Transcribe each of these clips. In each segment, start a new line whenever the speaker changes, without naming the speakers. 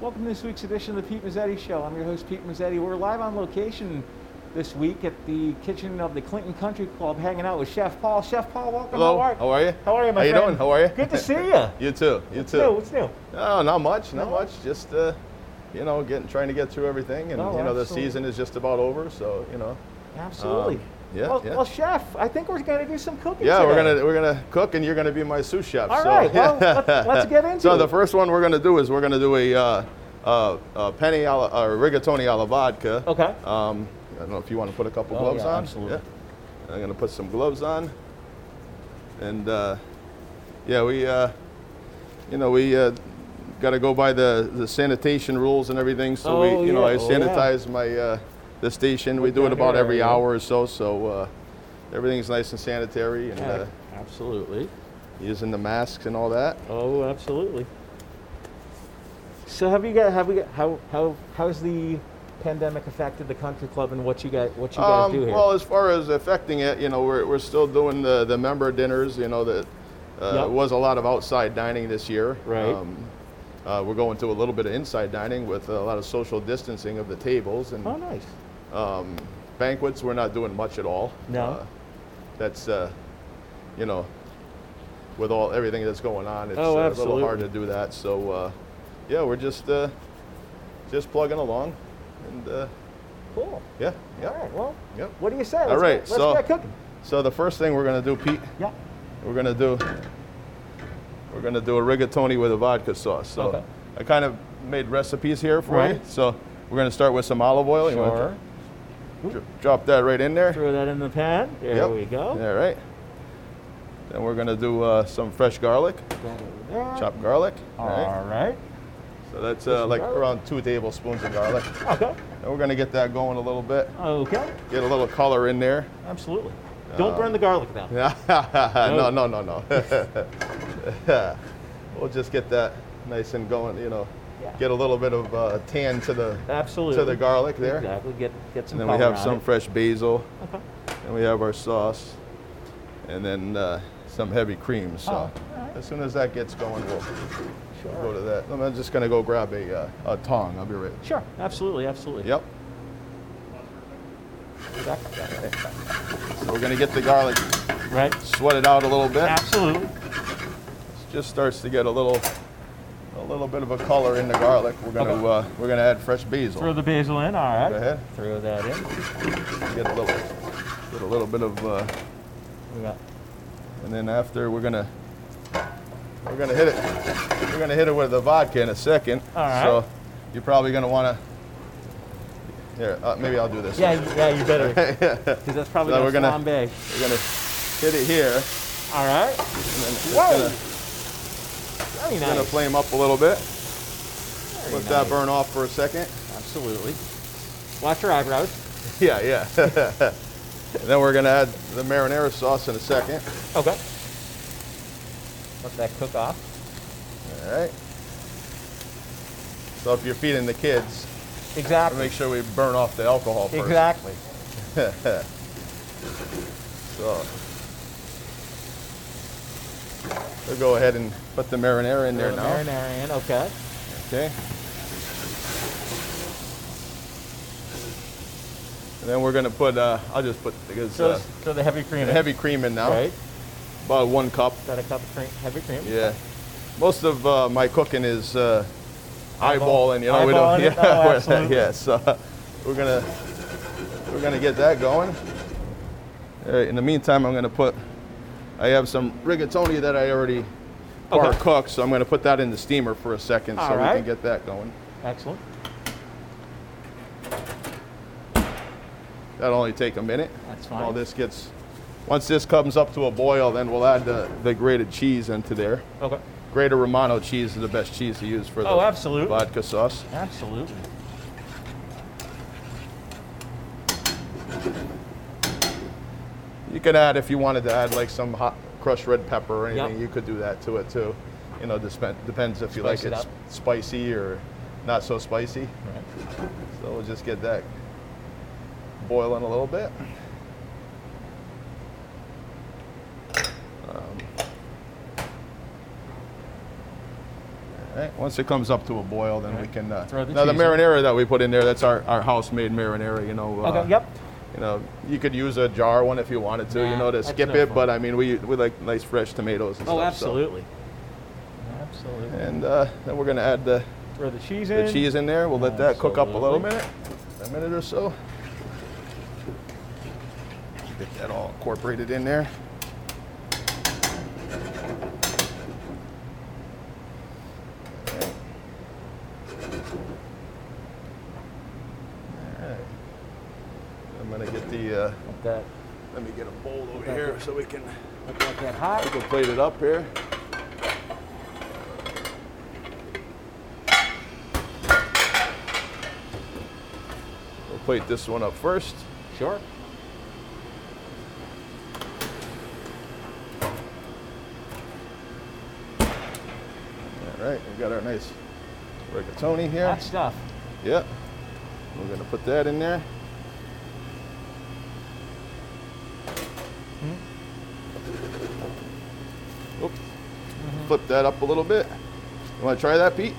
welcome to this week's edition of the Pete Mazzetti Show. I'm your host, Pete Mazzetti. We're live on location this week at the kitchen of the Clinton Country Club, hanging out with Chef Paul. Chef Paul, welcome.
Hello.
How are,
How are you?
How are you, my
How you
friend?
doing? How are you?
Good to see you.
You too. You
What's
too.
new? What's new?
No, not much. Not
No?
much. Just uh, you know, getting trying to get through everything, and
No,
you know, the
absolutely.
season is just about over. So you know,
Absolutely.
Um, yeah,
well,
yeah.
well, Chef, I think we're going to do some cooking
yeah, we're
today.
gonna we're gonna cook, and you're gonna be my sous chef.
All
so.
right, well, let's- let's get into
So
it.
the first one we're gonna do is we're gonna do a uh, uh, uh, penny alla, uh, rigatoni alla vodka.
Okay.
Um, I don't know if you want to put a couple
Oh,
gloves
yeah,
on.
absolutely.
Yeah. I'm gonna put some gloves on, and uh, yeah, we uh, you know we. Uh, Got to go by the, the sanitation rules and everything. So
Oh,
we, you know,
yeah.
I
Oh, yeah.
sanitize my uh, the station. We do it
down
about
here,
every
yeah.
hour or so. So uh, everything's nice and sanitary. And
Yeah,
uh,
absolutely.
using the masks and all that.
Oh, absolutely. So have you got have we got how how how's the pandemic affected the country club and what you guys what you guys
Um,
do here?
Well, as far as affecting it, you know, we're, we're still doing the, the member dinners. You know, that uh,
Yep.
was a lot of outside dining this year.
Right.
uh, we're going to a little bit of inside dining with a lot of social distancing of the tables and
oh, nice.
um, banquets. We're not doing much at all. Uh,
No.
that's uh, you know, with all everything that's going on, it's
Oh,
uh, a little
absolutely.
hard to do that. So uh, yeah, we're just uh, just plugging along, and uh,
Cool.
yeah, yeah.
All right. Well,
Yep.
what do you say? Let's
All right,
Get, let's
so-
get cooking.
So the first thing we're gonna do, Pete,
Yeah.
we're gonna do we're gonna do a rigatoni with a vodka sauce. So
Okay.
I kind of made recipes here for you.
Right.
So we're gonna start with some olive oil. Oh, You
Sure.
wanna dr- drop that right in there.
Throw that in the pan. There
Yep.
we go.
All right. Then we're gonna do uh, some fresh garlic,
That over there.
chopped garlic.
All right.
So that's
Put
uh,
some
like
garlic.
around two tablespoons of garlic.
Okay.
And we're gonna get that going a little bit.
Okay.
Get a little color in there.
Absolutely. Don't burn
Um,
the garlic now.
no, no, no, no. we'll just get that nice and going. You know,
Yeah.
get a little bit of uh, tan to the
Absolutely.
to the garlic there,
Exactly. Get get some.
and then we
color
have
on
some
it.
fresh basil,
Okay.
and we have our sauce, and then uh, some heavy cream. So
Oh, all right.
as soon as that gets going, we'll go
Sure.
to that. I'm just gonna go grab a, uh, a tong. I'll be right.
Sure. Absolutely. Absolutely.
Yep.
Exactly.
So we're gonna get the garlic
Right.
sweated out a little bit.
Absolutely.
just starts to get a little a little bit of a color in the garlic. We're gonna
Okay.
uh, we're gonna add fresh basil.
Throw the basil in. All right.
Go ahead.
Throw that in.
Get a little get a little bit of uh,
We got
and then after we're gonna we're gonna hit it we're gonna hit it with the vodka in a second.
All right.
So you're probably gonna wanna here uh, maybe I'll do this.
Yeah, you- yeah, you better. Because that's probably
No,
no,
we're gonna-
flambe.
We're gonna hit it here.
All right.
And then it's
Whoa!
gonna,
Very nice.
gonna flame up a little bit.
Very
Let
nice.
that burn off for a second.
Absolutely. Watch your eyebrows.
Yeah, yeah. And then we're gonna add the marinara sauce in a second.
Okay. Let that cook off.
All right. So if you're feeding the kids,
Exactly.
make sure we burn off the alcohol first.
Exactly.
So we'll go ahead and put the marinara in there
Throw the
now.
Marinara in. Okay.
Okay. And then we're gonna put. Uh, I'll just put because
So,
uh,
so the heavy cream.
the
in,
heavy cream in now.
Right.
About one cup.
Got a cup of cream, heavy cream.
Yeah. Most of uh, my cooking is uh,
Eyeball-
eyeballing, you know. we
eyeballing
don't.
it? Oh,
we're-
absolutely.
yeah, so we're gonna we're gonna get that going. All right. In the meantime, I'm gonna put. I have some rigatoni that I already bar
Okay.
cooked, so I'm gonna put that in the steamer for a second,
All
so we
right.
can get that going.
Excellent.
That'll only take a minute.
That's
All
fine.
this gets. Once this comes up to a boil, then we'll add the, the grated cheese into there.
Okay.
Grater Romano cheese is the best cheese to use for the
Oh, absolutely.
vodka sauce.
Absolutely.
You could add if you wanted to add like some hot crushed red pepper or
Yep.
anything. You could do that to it too. You know, dispen- depends if you
Spice
like
it
it,
up.
spicy or not so spicy.
Right.
So we'll just get that boiling a little bit. Um, all right, once it comes up to a boil, then we can. Uh,
Throw the
now the
cheese in.
marinara that we put in there, that's our, our house-made marinara. You know. Uh,
Okay, yep.
You know, you could use a jar one if you wanted to. you
Nah,
know, to
that's
skip
no
it,
fun.
but I mean, we we like nice fresh tomatoes. And
Oh,
stuff, so-
absolutely. Absolutely.
And uh, then we're gonna add the,
Throw the cheese in.
the cheese in there. We'll let that cook up a little
Absolutely.
minute, a minute or so. Get that all incorporated in there. All right. I'm gonna get the. Uh,
Let that,
let me get a bowl over here so we can
let that get hot.
we can plate it up here. We'll plate this one up first.
Sure.
All right, we've got our nice rigatoni here.
Hot stuff.
Yep. We're gonna put that in there. Oop. Flip that up a little bit. You wanna try that, Pete?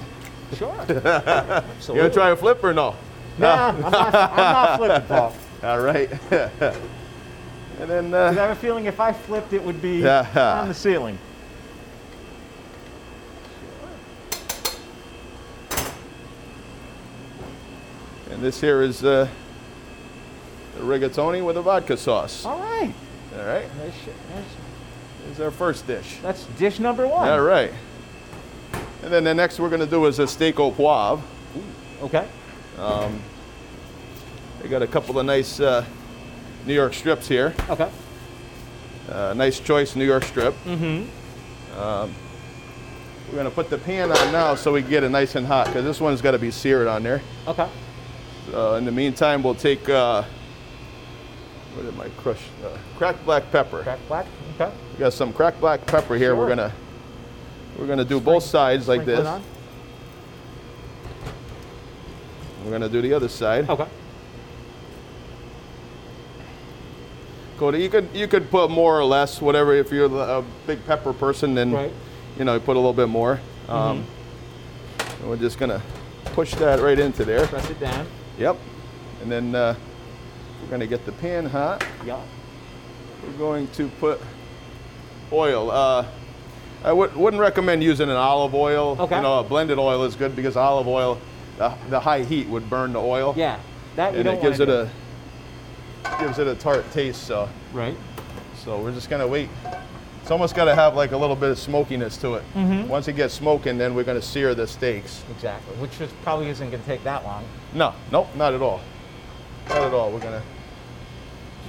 Sure.
You
Absolutely.
gonna try a flip or no?
Nah, I'm not, I'm not flipping, Paul.
All right. and then, uh,
'Cause I have a feeling if I flipped, it would be on the ceiling.
and this here is uh, the rigatoni with a vodka sauce. All
All right.
right.
There's- there's-
This is our first dish.
That's dish number one.
All right. And then the next we're going to do is a steak au poivre.
Okay.
I got a couple of nice uh, New York strips here.
Okay.
Uh, nice choice New York strip. Mm-hmm. Um, we're going to put the pan on now so we can get it nice and hot because this one's got to be seared on there.
Okay.
Uh, in the meantime, we'll take uh, what did my crush? Uh, cracked black pepper.
Crack black. Okay.
We got some cracked black pepper here. We're
Sure.
gonna we're gonna do both sides like
Sprinkle it
this.
on.
We're gonna do the other side.
Okay.
Cody, you could you could put more or less, whatever. If you're a big pepper person, then
Right. Mm-hmm.
you know you put a little bit more. Um, and We're just gonna push that right into there.
Press it down.
Yep. And then uh, we're gonna get the pan hot.
Yeah.
We're going to put oil. Uh, I would, wouldn't recommend using an olive oil.
Okay.
You know, a blended oil is good because olive oil, the, the high heat would burn the oil.
Yeah. That you
And
don't
it gives it
wanna
a gives it a tart taste. So,
do. right.
so we're just gonna wait. It's almost got to have like a little bit of smokiness to it.
Mm-hmm.
Once it gets smoking, then we're gonna sear the steaks.
Exactly. Which is probably isn't going to take that long.
No, nope, not at all. Not at all. We're gonna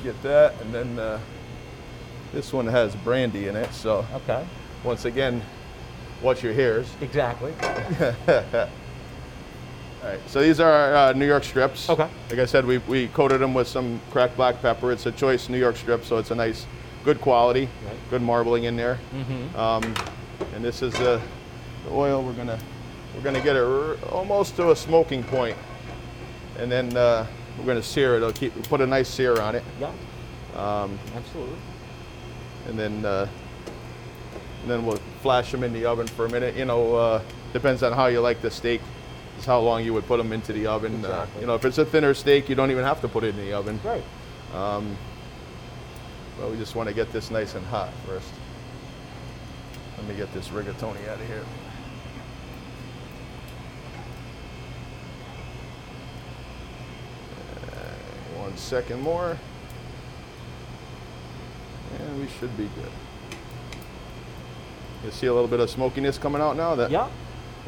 get that, and then uh, this one has brandy in it. So
Okay.
once again, watch your hairs.
Exactly.
All right, so these are our, uh, New York strips.
Okay.
Like I said, we, we coated them with some cracked black pepper. It's a choice New York strip, so it's a nice, good quality,
Right. Mm-hmm.
good marbling in there. Um, and this is the, the oil. We're gonna we're gonna get it r- almost to a smoking point, and then uh, we're gonna sear it. It'll keep put a nice sear on it,
Yeah. Um, Absolutely.
and then uh, and then we'll flash them in the oven for a minute. You know, uh, depends on how you like the steak. Is how long you would put them into the oven. Uh,
Exactly.
you know, if it's a thinner steak, you don't even have to put it in the oven.
Great.
But we just want to get this nice and hot first. Let me get this rigatoni out of here. Uh, One second more. And we should be good. You see a little bit of smokiness coming out now? That,
Yeah.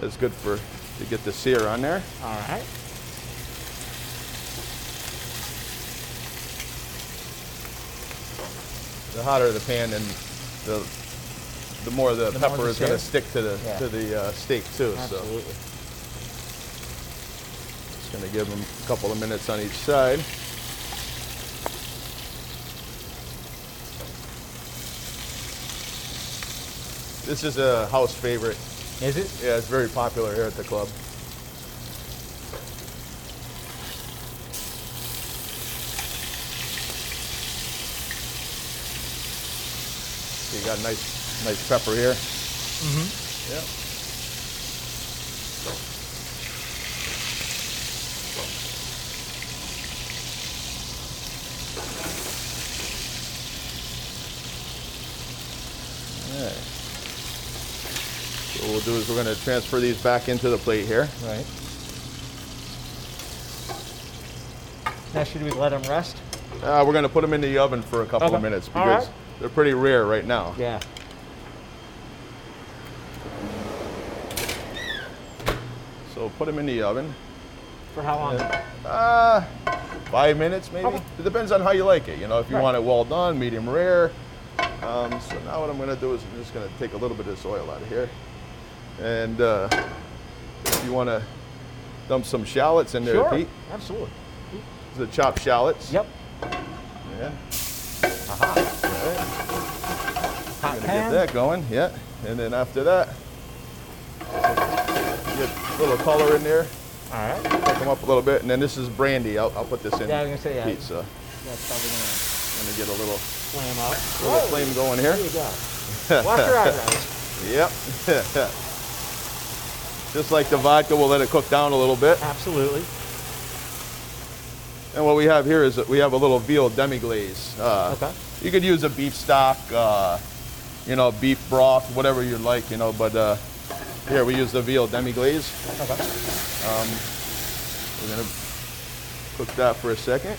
That's good for to get the sear on there.
All right.
The hotter the pan and the the more the,
The more
pepper
the
is going
sear?
to stick to the
Yeah.
to the uh, steak too. So.
Absolutely.
Just gonna give them a couple of minutes on each side. This is a house favorite.
Is it?
Yeah, it's very popular here at the club. So you got nice, nice pepper here. Mm-hmm. Alright. So what we'll do is we're gonna transfer these back into the plate here.
Right. Now should we let them rest?
Uh, we're gonna put them in the oven for a couple of
Okay.
minutes
All right.
because they're pretty rare right now.
Yeah.
So put them in the oven.
For how long?
Uh, five minutes maybe.
Okay.
It depends on how you like it. You know, if you
Right.
want it well done, medium rare. Um, so now what I'm going to do is I'm just going to take a little bit of this oil out of here, and uh, if you want to dump some shallots in there,
sure.
Pete,
Absolutely.
the chopped shallots.
Yep.
Yeah.
Hot
Gonna
pan.
get that going. Yeah. And then after that, get a little color in there.
All right.
Come up a little bit, and then this is brandy. I'll, I'll put this in.
Yeah, I was gonna say, yeah.
Pizza.
That's probably gonna
I'm gonna get a little,
flame up.
little
Whoa,
flame going
There
here.
you go. Watch your eyebrows.
Yep. Just like the vodka, we'll let it cook down a little bit.
Absolutely.
And what we have here is that we have a little veal demi-glaze. Uh,
Okay.
You could use a beef stock, uh, you know, beef broth, whatever you like, you know. But uh, here we use the veal demi-glaze.
Okay.
We're gonna cook that for a second.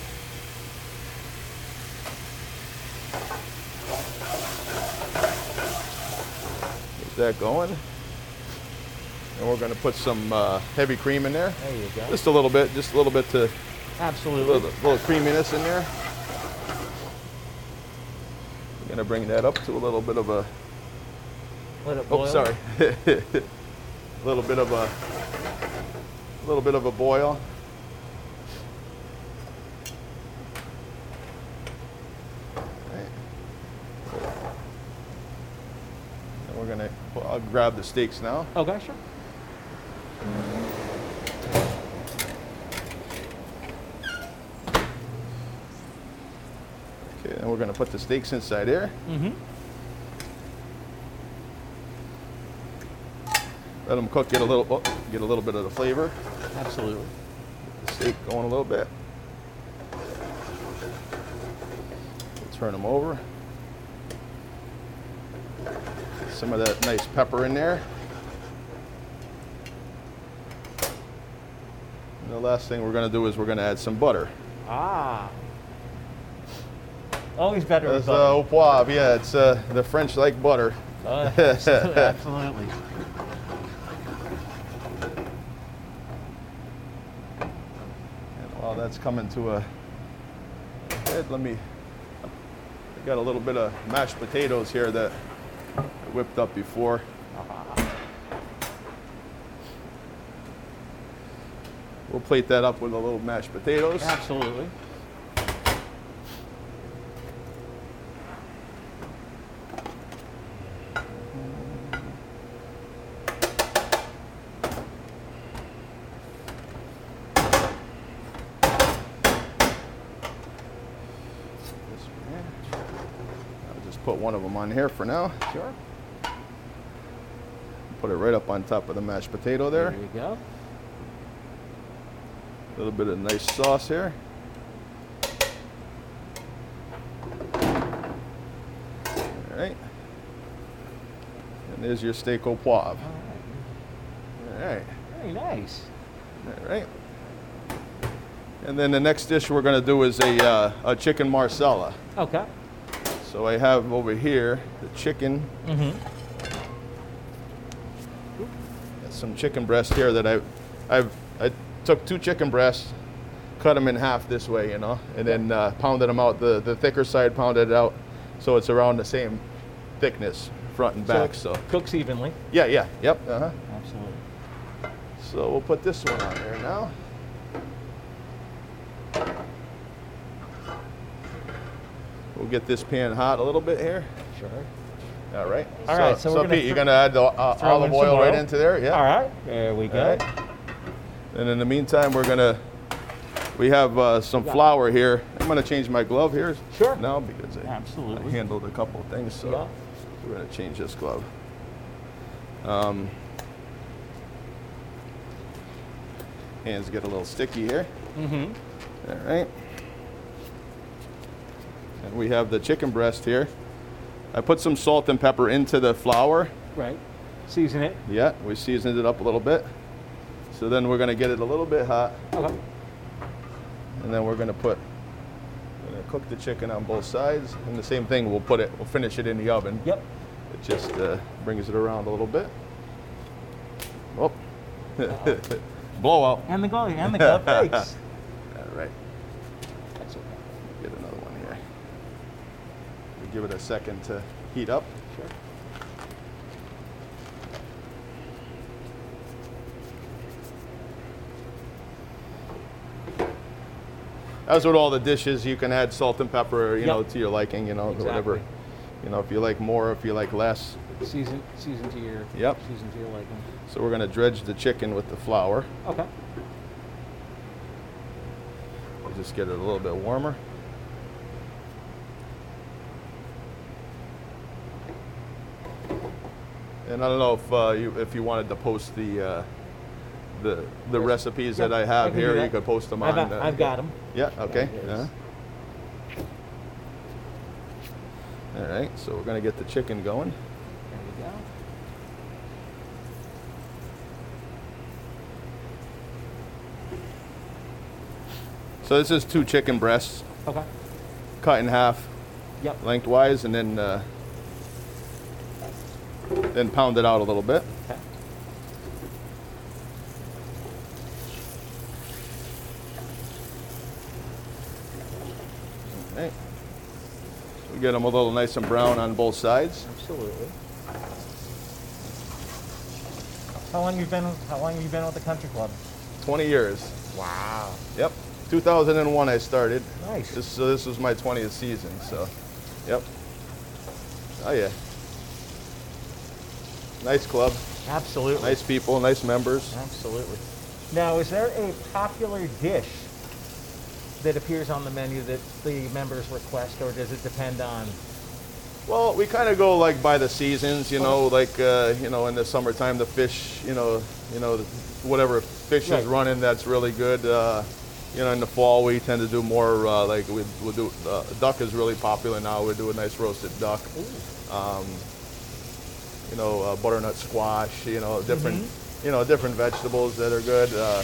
Get that going. And we're gonna put some uh, heavy cream in there.
There you go.
Just a little bit, just a little bit to a
Absolutely.
little, little creaminess in there. We're gonna bring that up to a little bit of a.
Let it boil.
Oh, sorry. a little bit of a. A little bit of a boil. Alright. And we're gonna. Well, I'll grab the steaks now.
Okay, sure.
Okay, and we're gonna put the steaks inside here.
Mm-hmm.
Let them cook. Get a little. oh, get a little bit of the flavor.
Absolutely.
the steak going a little bit. We'll turn them over. Some of that nice pepper in there. And the last thing we're going to do is we're going to add some butter.
Ah.
Uh,
Always better with
That's
butter.
uh, au poivre. Yeah, it's uh, the French like butter.
Uh, absolutely.
And while that's coming to a head, let me. I got a little bit of mashed potatoes here that I whipped up before. We'll plate that up with a little mashed potatoes.
Absolutely.
This one here. I'll just put one of them on here for now.
Sure.
Put it right up on top of the mashed potato there.
There you go.
A little bit of nice sauce here. All right. And there's your steak au poivre.
All right.
All right.
Very nice.
All right. And then the next dish we're going to do is a, uh, a chicken marsala.
Okay.
So I have over here the chicken.
Mm-hmm.
Got some chicken breast here that I, I've I took two chicken breasts, cut them in half this way, you know, and then uh, pounded them out. The the thicker side pounded it out, so it's around the same thickness front and back. So,
Cooks evenly.
yeah, yeah, yep. Uh huh.
Absolutely.
So we'll put this one on there now. We'll get this pan hot a little bit here.
Sure.
All right.
All
so,
right, so we're gonna
Pete, you're
thro-
gonna add the uh,
throw
olive
in some
oil right
oil.
into there. Yeah.
All right. There we
All
go.
right. And in the meantime, we're gonna, we have uh, some
Yeah.
flour here. I'm gonna change my glove here.
Sure.
Now because I, I
Absolutely.
handled a couple of things, so
Yeah.
we're gonna change this glove. Um, Hands get a little sticky here.
Mm-hmm.
All right. And we have the chicken breast here. I put some salt and pepper into the flour.
Right. Season it.
Yeah, we seasoned it up a little bit. So then we're gonna get it a little bit hot,
Okay.
and then we're gonna put, gonna cook the chicken on both sides. And the same thing, we'll put it, we'll finish it in the oven.
Yep.
It just uh, brings it around a little bit. Oh, blowout.
And the garlic and the cup flakes.
All right,
That's okay.
get another one here. We give it a second to heat up.
Sure.
As with all the dishes, you can add salt and pepper, you know,
Yep.
to your liking, you know, to whatever.
Exactly.
You know, if you like more, if you like less.
Season, season to your.
Yep.
Season to your liking.
So we're gonna dredge the chicken with the flour.
Okay.
We'll just get it a little bit warmer. And I don't know if uh, you if you wanted to post the uh, the the
Yes.
recipes
Yep,
that I
I
have
can do
here. You
that.
could post them
I've,
on.
got- I've got them.
Yeah. Okay.
it is.
Uh-huh. All right. So we're gonna get the chicken going.
There you go.
So this is two chicken breasts,
Okay.
cut in half,
Yep.
lengthwise, and then uh, then pound it out a little bit.
Okay.
All right. So we get them a little nice and brown on both sides.
Absolutely. How long you been? How long have you been with the country club?
20 years.
Wow.
Yep. 2001 I started.
Nice.
This, so this was my 20th season. So, yep. Oh yeah. Nice club,
Absolutely.
nice people, nice members.
Absolutely. Now, is there a popular dish that appears on the menu that the members request, or does it depend on?
Well, we kind of go like by the seasons, you know, like uh, you know in the summertime the fish, you know, you know whatever fish
Right.
is running that's really good. Uh, you know, in the fall we tend to do more uh, like we we do uh, duck is really popular now. We do a nice roasted duck. Um, you know, uh, butternut squash, you know, different,
Mm-hmm.
you know, different vegetables that are good. Uh,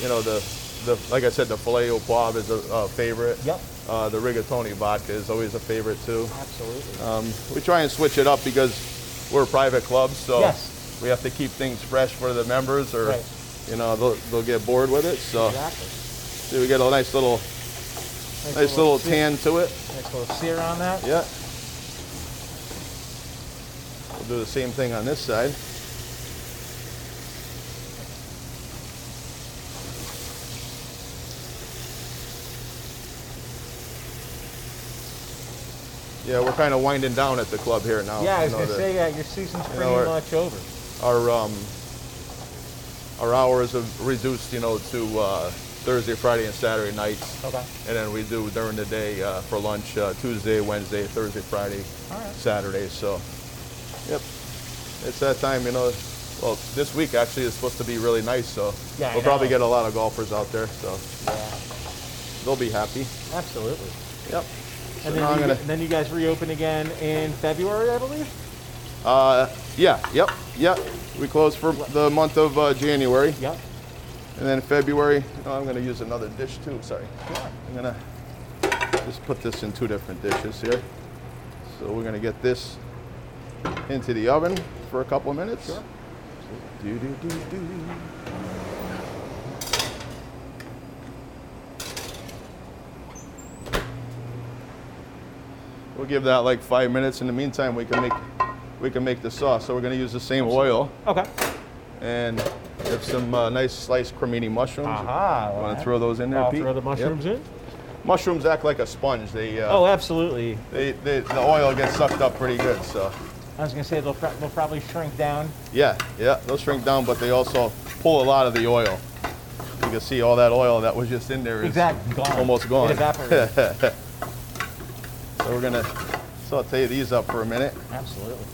you know, the, the, like I said, the filet au poivre is a, a favorite.
Yep.
Uh, the rigatoni vodka is always a favorite too.
Absolutely.
Um, we try and switch it up because we're a private club, so
Yes.
we have to keep things fresh for the members, or
Right.
you know, they'll, they'll get bored with it. So
exactly.
see, we get a nice little, nice little
sear-
tan to it.
Nice little sear on that.
Yeah. We'll do the same thing on this side. Yeah, we're kind of winding down at the club here now.
Yeah, I
You
was
know,
gonna
the-
say yeah, your season's pretty
our-
much over.
Our um, our hours have reduced, you know, to uh, Thursday, Friday, and Saturday nights.
Okay.
And then we do during the day uh, for lunch uh, Tuesday, Wednesday, Thursday, Friday,
All right.
Saturday. So, yep, it's that time, you know. Well, this week actually is supposed to be really nice, so
Yeah, I
we'll probably
know.
get a lot of golfers out there, so
Yeah.
they'll be happy.
Absolutely.
Yep. So
And
now
then,
I'm
you,
gonna,
then you guys reopen again in February, I believe.
uh, yeah, yep, yep. We close for the month of uh, January,
Yep.
and then February. Oh, I'm gonna use another dish too. Sorry.
Sure.
I'm gonna just put this in two different dishes here. So we're gonna get this into the oven for a couple of minutes.
Sure.
Do, do, do, do. We'll give that like five minutes. In the meantime, we can make we can make the sauce. So we're gonna use the same oil
Okay.
and have some uh, nice sliced cremini mushrooms.
Aha. well,
Want to
that-
throw those in there,
I'll
Pete?
throw the
Yep.
mushrooms in.
Mushrooms act like a sponge. They, uh,
Oh, absolutely.
they, they the oil gets sucked up pretty good. So
I was gonna say they'll, pro- they'll probably shrink down.
yeah, yeah, they'll shrink down, but they also pull a lot of the oil. You can see all that oil that was just in there is
Exactly. Gone.
almost gone.
It evaporated.
So we're gonna saute these up for a minute.
absolutely.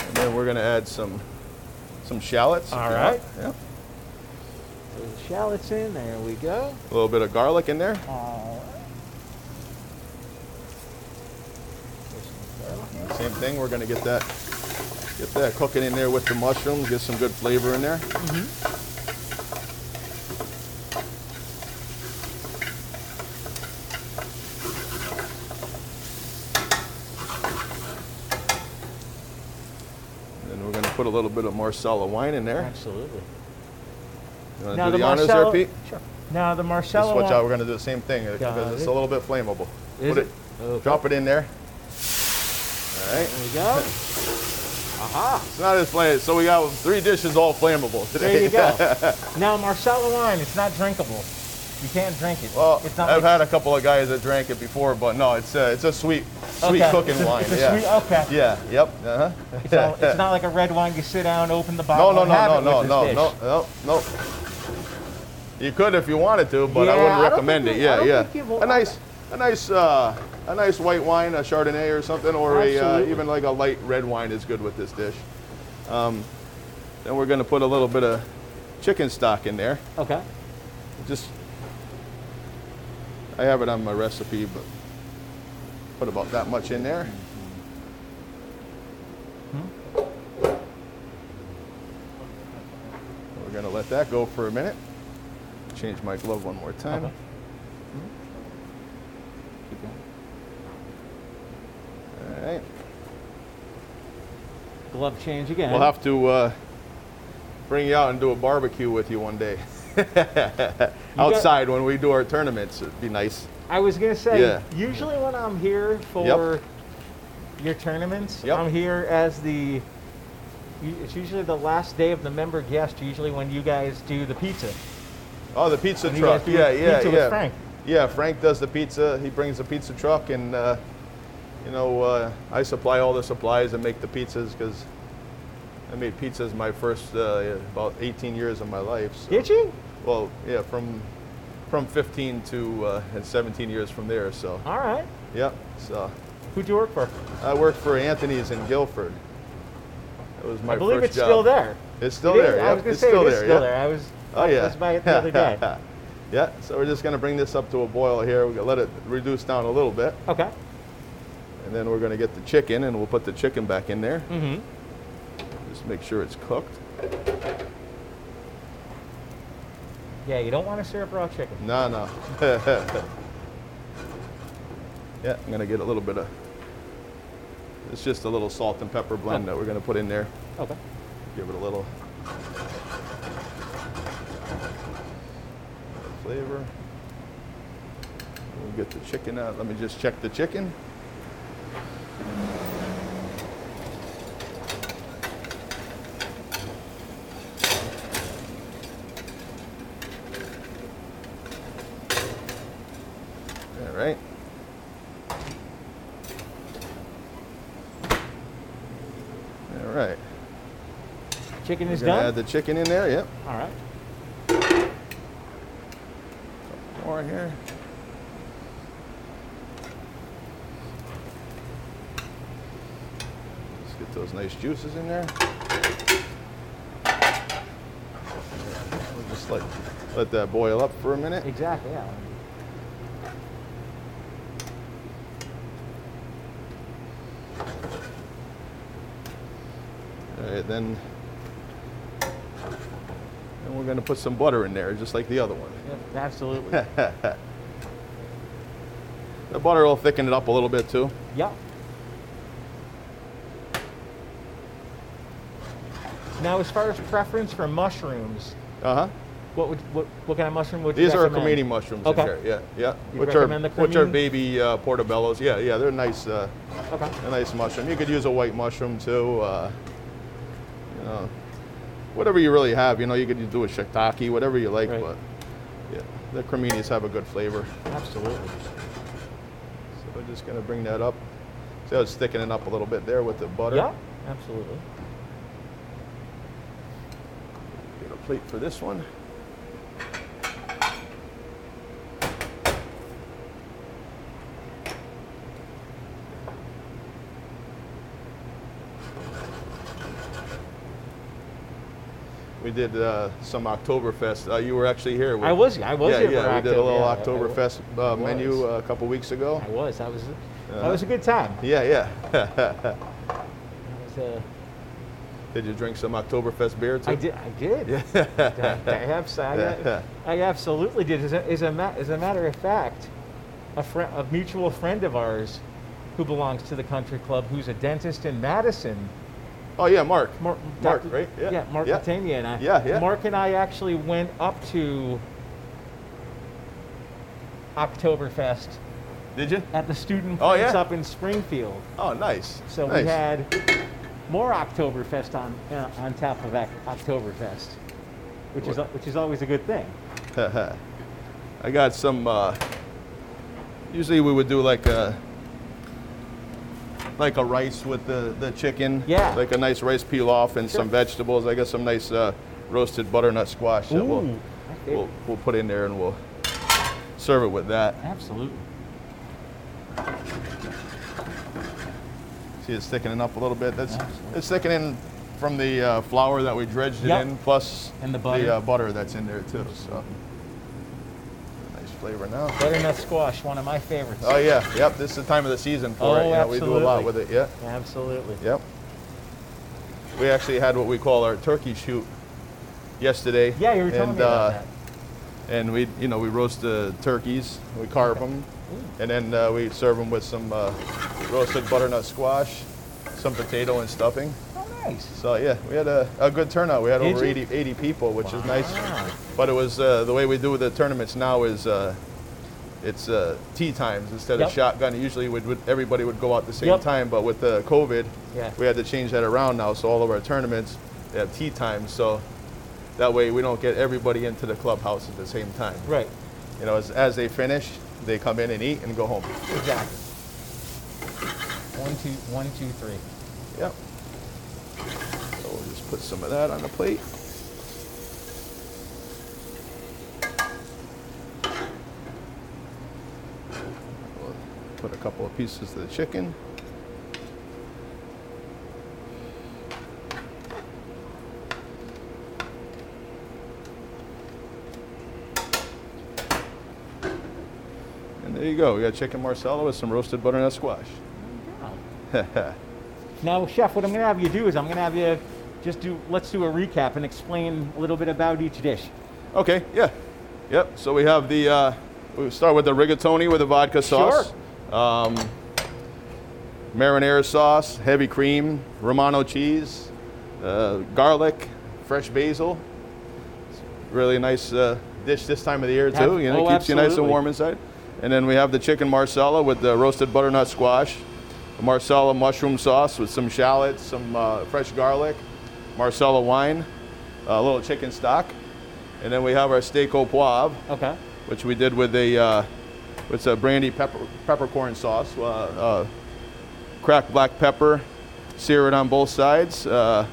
And then we're gonna add some some shallots. if
All
you
right.
want. Yeah.
So the shallots in, there we go.
A little bit of garlic in there.
All right. There's some garlic.
And Same thing. We're gonna get that get that cooking in there with the mushrooms. Get some good flavor in there. Mm-hmm. And Then we're gonna put a little bit of Marsala wine in there.
Absolutely.
You wanna do the, honors there,
Marcella-
Pete?
Sure. Now the
Just
Marcella
watch
wine-
out. We're gonna do the same thing uh, because
Got
it's
it.
a little bit flammable.
Is
Put
it? Oh.
Okay.
Drop it in there. All right.
There we go. Aha!
It's not as flammable. So we got three dishes all flammable today.
There you go. now Marcella wine, it's not drinkable. You can't drink it.
Well,
it's not
I've
like-
had a couple of guys that drank it before, but no, it's a, it's a sweet, sweet
Okay,
cooking
it's a-
wine.
it's a
yeah.
sweet- oh. okay.
Yeah. Yep. Uh huh.
It's, all, it's not like a red wine. You sit down, open the
No,
bottle.
no,
and have
no,
it
no, no,
with
no,
this
no,
dish.
no, no. You could if you wanted to, but
Yeah,
I
I
wouldn't
don't
recommend
think
it.
you- I
Yeah,
don't
yeah.
think you will-
A nice, a nice, uh, a nice white wine, a Chardonnay or something, or a, uh,
Absolutely.
even like a light red wine is good with this dish. Um, then we're gonna put a little bit of chicken stock in there.
Okay.
just I have it on my recipe, but put about that much in there. We're gonna let that go for a minute. Change my glove one more time.
Okay. Keep going.
All right.
Glove change again.
We'll have to uh, bring you out and do a barbecue with you one day. Outside when we do our tournaments, it'd be nice.
I was gonna say.
Yeah.
Usually when I'm here for your tournaments,
Yep.
I'm here as the. u- It's usually the last day of the member guest. Usually when you guys do the pizza.
Oh, the pizza
And you
truck.
guys do
Yeah,
the
yeah,
pizza with
yeah.
Frank.
Yeah, Frank does the pizza. He brings the pizza truck, and uh, you know, uh, I supply all the supplies and make the pizzas because I made pizzas my first uh, about 18 years of my life. So.
Did you?
Well, yeah, from from 15 to uh, and 17 years from there. So,
All right.
yeah. So,
Who'd you work for?
I worked for Anthony's in Guilford. That was my
I believe
first
it's
job.
still there.
It's still
It is.
there.
I
yep,
was gonna
it's
say
still
it is
there.
still
yep.
there. I was.
Oh
I
yeah.
was by it the other day.
yeah. So we're just gonna bring this up to a boil here. We're gonna let it reduce down a little bit,
Okay.
and then we're gonna get the chicken, and we'll put the chicken back in there.
Mm-hmm.
Just make sure it's cooked.
Yeah, you don't want to serve raw chicken.
No, no. yeah, I'm gonna get a little bit of. It's just a little salt and pepper blend
Oh.
that we're gonna put in there.
Okay.
Give it a little flavor. We'll get the chicken out. Let me just check the chicken. All right. All right.
Chicken is
We're gonna
done.
add the chicken in there. Yep.
All right.
More here. Let's get those nice juices in there. We'll just let, let that boil up for a minute.
Exactly. Yeah.
All right, then, then we're going to put some butter in there, just like the other one.
Yep, Absolutely.
The butter will thicken it up a little bit too.
yep. Now, as far as preference for mushrooms,
Uh huh.
what would what, what kind of mushroom would
These
you
are
recommend?
cremini mushrooms
Okay.
in here. Yeah, yeah.
You'd
which are
recommend the
which are
cremini?
baby uh, portobellos. Yeah, yeah. They're nice. Uh,
Okay.
a nice mushroom. You could use a white mushroom too. Uh, you know, whatever you really have. You know, you could do a shiitake, whatever you like.
Right.
But yeah, the creminis have a good flavor.
Absolutely.
So we're just gonna bring that up. See how it's thickening up a little bit there with the butter.
Yeah. Absolutely.
Get a plate for this one. We did uh, some Oktoberfest. Uh, you were actually here.
I was. I was
yeah,
here
yeah.
for
we did a
October,
little
yeah, I- I
Oktoberfest
wa- I
uh, menu
was.
uh, a couple weeks ago.
I was. That was. that was a good time.
Uh-huh. Yeah, yeah.
That was, uh,
did you drink some Oktoberfest beer too?
I did. I did. I, I abs- I,
Yeah.
I absolutely did. As a, as, a ma- as a matter of fact, a, fri a mutual friend of ours who belongs to the country club, who's a dentist in Madison,
Oh yeah, Mark.
Mark,
Mark, right? Yeah.
Mark
Yeah.
Latania and I.
Yeah, yeah.
Mark and I actually went up to Oktoberfest
Did you?
at the student
Oh,
place
yeah?
up in Springfield.
Oh, nice.
So
nice.
we had more Oktoberfest on uh, on top of Oc- Oktoberfest, which is
What-
which is always a good thing.
I got some. Uh, usually we would do like a like a rice with the the chicken.
Yeah.
Like a nice rice pilaf and some
Sure.
vegetables. I got some nice uh, roasted butternut squash that
Ooh,
we'll,
my favorite.
we'll we'll put in there and we'll serve it with that.
Absolutely.
See, it's thickening up a little bit. That's
Absolutely.
it's thickening from the uh, flour that we dredged it
Yep.
in, plus
And the butter.
uh, butter that's in there too. So nice flavor now.
Butternut squash, one of my favorites.
Oh yeah, yep. This is the time of the season for it.
Oh,
You know, we do a lot
absolutely.
with it. Yeah,
Absolutely.
yep. We actually had what we call our turkey shoot yesterday.
Yeah, you were telling
and,
me about
uh, And we, you know, we roast the turkeys, we carve them, and then uh, we serve them with some uh, roasted butternut squash, some potato and stuffing.
that. Oh, nice.
So yeah, we had a, a good turnout. We had
Did
over
you?
80, 80 people, which is
Wow.
nice. But it was uh, the way we do the tournaments now is uh, it's uh, tea times instead
Yep.
of shotgun. Usually, would would- everybody would go out the same
Yep.
time, but with the COVID,
Yeah.
we had to change that around now. So all of our tournaments they have tea times. So that way we don't get everybody into the clubhouse at the same time.
Right.
You know, as, as they finish, they come in and eat and go home.
Exactly. One, two, one, two, three.
Yep. So we'll just put some of that on the plate. We'll Put a couple of pieces of the chicken. And there you go. We got chicken marsala with some roasted butternut squash.
Wow. Now, chef, what I'm going to have you do is I'm going to have you just do let's do a recap and explain a little bit about each dish.
Okay, yeah. Yep, so we have the, uh, we start with the rigatoni with the vodka sauce. Um, marinara sauce, heavy cream, Romano cheese, uh, garlic, fresh basil. It's a really nice uh, dish this time of the year, too.
Ab-
You know,
oh,
keeps you nice and
absolutely.
warm inside. And then we have the chicken marsala with the roasted butternut squash, the marsala mushroom sauce with some shallots, some uh, fresh garlic, marsala wine, a little chicken stock. And then we have our steak au poivre,
Okay.
which we did with a uh, it's a brandy pepper, peppercorn sauce. Uh, uh, cracked black pepper, sear it on both sides. Uh,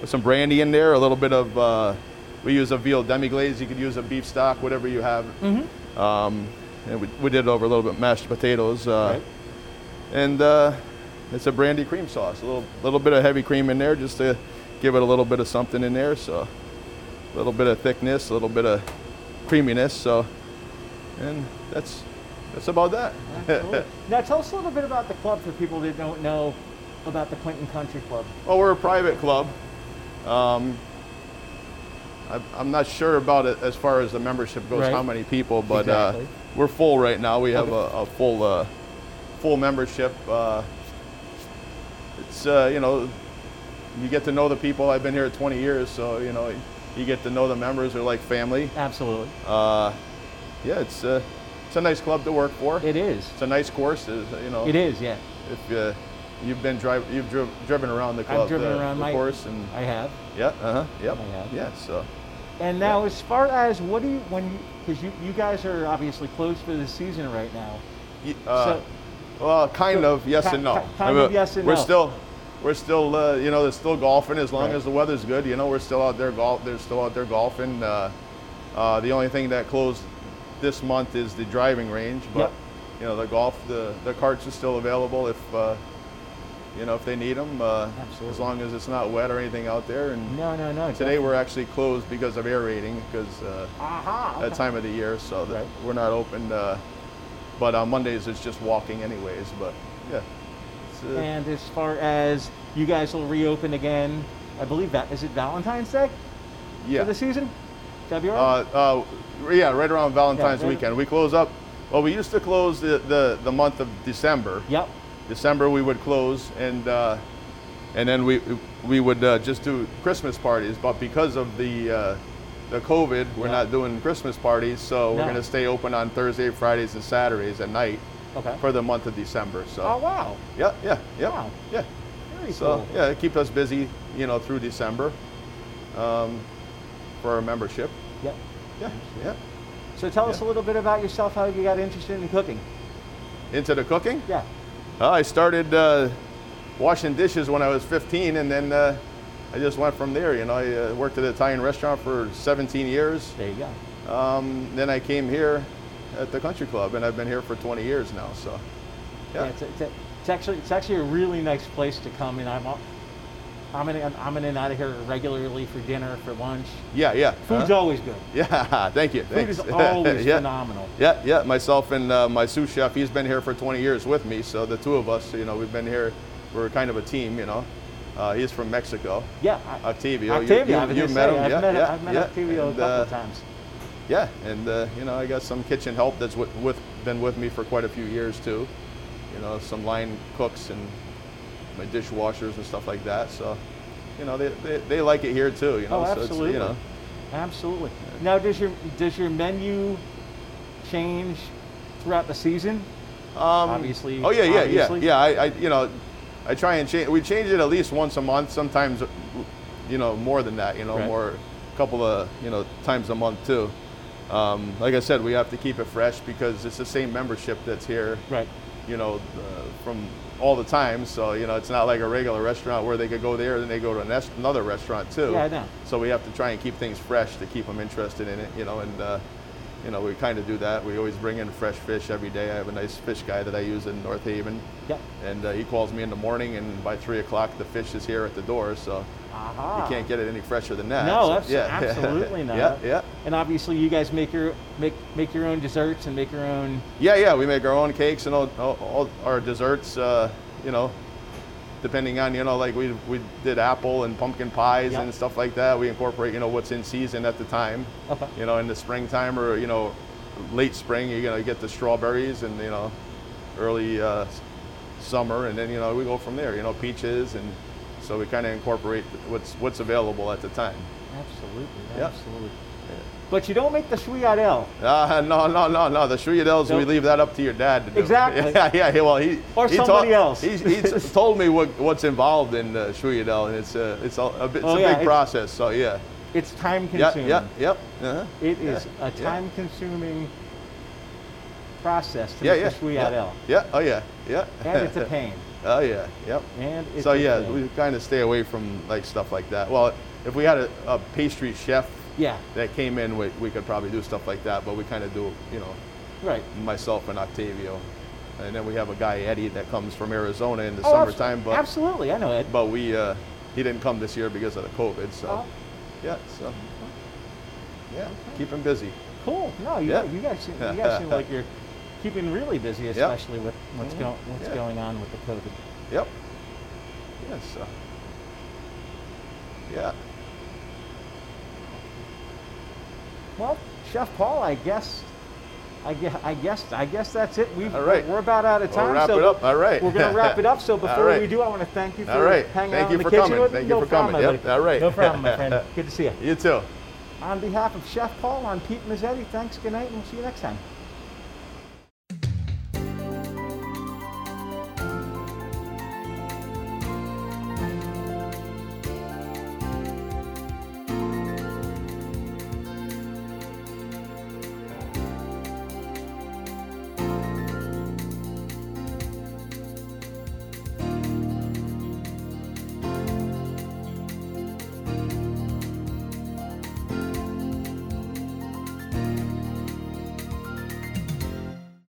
with some brandy in there, a little bit of uh, we use a veal demi glaze. You could use a beef stock, whatever you have. Um, and we, we did over a little bit mashed potatoes, uh,
Right.
and uh, it's a brandy cream sauce. A little little bit of heavy cream in there, just to give it a little bit of something in there. So a little bit of thickness, a little bit of creaminess. So, and that's that's about that.
Absolutely. now, tell us a little bit about the club for people that don't know about the Clinton Country Club.
Well, we're a private club. Um, I, I'm not sure about it as far as the membership goes,
Right.
how many people, but
Exactly.
uh, we're full right now. We have a, a full uh, full membership. Uh, it's uh, you know, you get to know the people. I've been here 20 years, so you know, you get to know the members. They're like family.
Absolutely.
Uh, yeah, it's a, it's a nice club to work for.
It is.
It's a nice course. Is you know,
It is, yeah.
if uh, you've been drive, you've driv- driven around the club,
I've driven
the,
around
the
my
course, and
I Oh have.
yeah, uh huh, yep,
I have.
yeah. So
And now, as far as what do you when you because you, you guys are obviously closed for the season right now.
y- uh,
So-
well, kind
So,
of yes
ki-
and no.
ki- kind of yes and
we're
no.
still, we're still, uh, you know, there's still golfing as long
Right.
as the weather's good. You know, we're still out there golf. They're still out there golfing. Uh, uh, the only thing that closed this month is the driving range, but
Yep.
you know, the golf, the the carts are still available if. Uh, you know, if they need them. Uh, as
Absolutely. Mm-hmm.
long as it's not wet or anything out there. And
No, no, no.
today we're actually closed because of aerating because uh,
Aha.
that time of the year, so that
Right.
we're not open. Uh, but on Mondays it's just walking anyways. But yeah, it's, uh,
And as far as you guys will reopen again, I believe that is it Valentine's Day
yeah.
for the season, February.
Uh, uh, yeah, right around Valentine's
Yeah, right-
weekend. We close up. Well, we used to close the, the, the month of December.
yep.
December we would close, and uh, and then we we would uh, just do Christmas parties. But because of the uh, the COVID, we're
Yeah.
not doing Christmas parties, so we're
No.
going to stay open on Thursday, Fridays, and Saturdays at night
Okay.
for uh, the month of December. So
oh wow.
yeah, yeah, yeah,
Wow.
yeah.
Very
So
cool.
yeah, it keeps us busy, you know, through December um, for our membership.
Yep.
Yeah, yeah.
So tell us a
Yeah.
little bit about yourself, how you got interested in cooking.
Into the cooking.
Yeah.
Uh, I started uh, washing dishes when I was 15, and then uh, I just went from there. You know, I uh, worked at an Italian restaurant for 17 years.
There you go.
Um, then I came here at the country club, and I've been here for 20 years now. So,
Yeah.
yeah,
it's, it's, it's actually it's actually a really nice place to come, and I'm al- I'm in and- I'm in and out of here regularly for dinner, for lunch.
yeah, yeah.
Food's
Huh?
always good.
Yeah, thank you. Thanks.
Food is always
yeah.
phenomenal.
Yeah, yeah. Myself and uh, my sous chef, he's been here for 20 years with me. So the two of us, you know, we've been here. We're kind of a team, you know. Uh, he's from Mexico.
Yeah. I-
Octavio, you-
Octavio.
you-
I was
you
gonna
met
say,
him,
I've
yeah,
met,
yeah,
I've met
yeah,
Octavio
and,
a couple
uh,
of times.
Yeah, and uh, you know, I got some kitchen help that's with, with been with me for quite a few years too. You know, some line cooks and my dishwashers and stuff like that. So, you know, they, they, they like it here too. You know,
Oh,
so it's,
absolutely.
you know,
Absolutely. Now, does your does your menu change throughout the season?
Um,
Obviously-
Oh yeah, yeah,
obviously.
yeah, yeah. I, I, you know, I try and change. We change it at least once a month. Sometimes, you know, more than that. You know,
Right.
more a couple of you know times a month too. Um, like I said, we have to keep it fresh because it's the same membership that's here.
Right.
You know, uh, from all the time. So you know, it's not like a regular restaurant where they could go there and then they go to an est- another restaurant too.
Yeah, I know.
So we have to try and keep things fresh to keep them interested in it, you know, and, uh, you know, we kind of do that. We always bring in fresh fish every day. I have a nice fish guy that I use in North Haven,
Yep.
and uh, he calls me in the morning, and by 3 o'clock, the fish is here at the door, so
Aha.
you can't get it any fresher than that.
Ah. No,
so-
abso- absolutely not.
Yeah, yeah.
And obviously, you guys make your make make your own desserts and make your own.
Yeah, yeah, we make our own cakes and all, all, all our desserts, uh, you know, depending on, you know, like we, we did apple and pumpkin pies
Yeah.
and stuff like that. We incorporate, you know, what's in season at the time.
Okay.
You know, in the springtime or, you know, late spring, you're going to get the strawberries and, you know, early uh, s- summer. And then, you know, we go from there, you know, peaches. And so we kind of incorporate what's, what's available at the time.
Absolutely.
Yeah.
Absolutely. But you don't make the Schwiadel.
Uh, no, no, no, no. The Shriadels, we
Nope.
leave that up to your dad to do.
Exactly.
Yeah, yeah. he- Well, he
Or
he
somebody
told-
else.
He's, he's told me what, what's involved in uh, Shriadel, and it's a it's a, a bit, it's
Oh,
a
yeah,
big
it's-
process. So yeah,
It's time
yeah,
consuming.
yeah, yep. Uh-huh.
It is
yeah,
a
yeah.
time consuming process to
Yeah,
make
yeah,
the
yeah,
Schwiadel.
yeah. Oh yeah, yeah.
And it's a pain.
oh yeah, yep.
And it's
so
a
yeah,
pain.
we kind of stay away from like stuff like that. Well, if we had a, a pastry chef
yeah.
that came in, we, we could probably do stuff like that. But we kind of do, you know,
Right.
myself and Octavio. And then we have a guy Eddie that comes from Arizona in the
Oh, abso-
summertime, but
absolutely. I know it.
but we uh, he didn't come this year because of the COVID. So
Oh.
yeah, so yeah, keep him busy.
Cool. No, you,
Yeah.
you guys, seem- you guys seem like you're keeping really busy, especially with what's
Mhm.
going what's
Yeah.
going on with the COVID.
Yep. Yeah. So yeah,
Well, Chef Paul, I guess, I guess, I guess, I guess that's it. We've,
All right.
We're about out of
We'll
time.
wrap
so
it up. All right.
We're gonna wrap it up. So before
right.
we do, I want to thank you for
All right.
hanging
Thank
out
you
in the
for
kitchen
coming.
with me.
Thank you
no
for
problem,
coming.
my
Yep.
buddy.
All right.
No problem, my friend. Good to see you.
you too.
On behalf of Chef Paul, I'm Pete Mazzetti. Thanks. Good night, and we'll see you next time.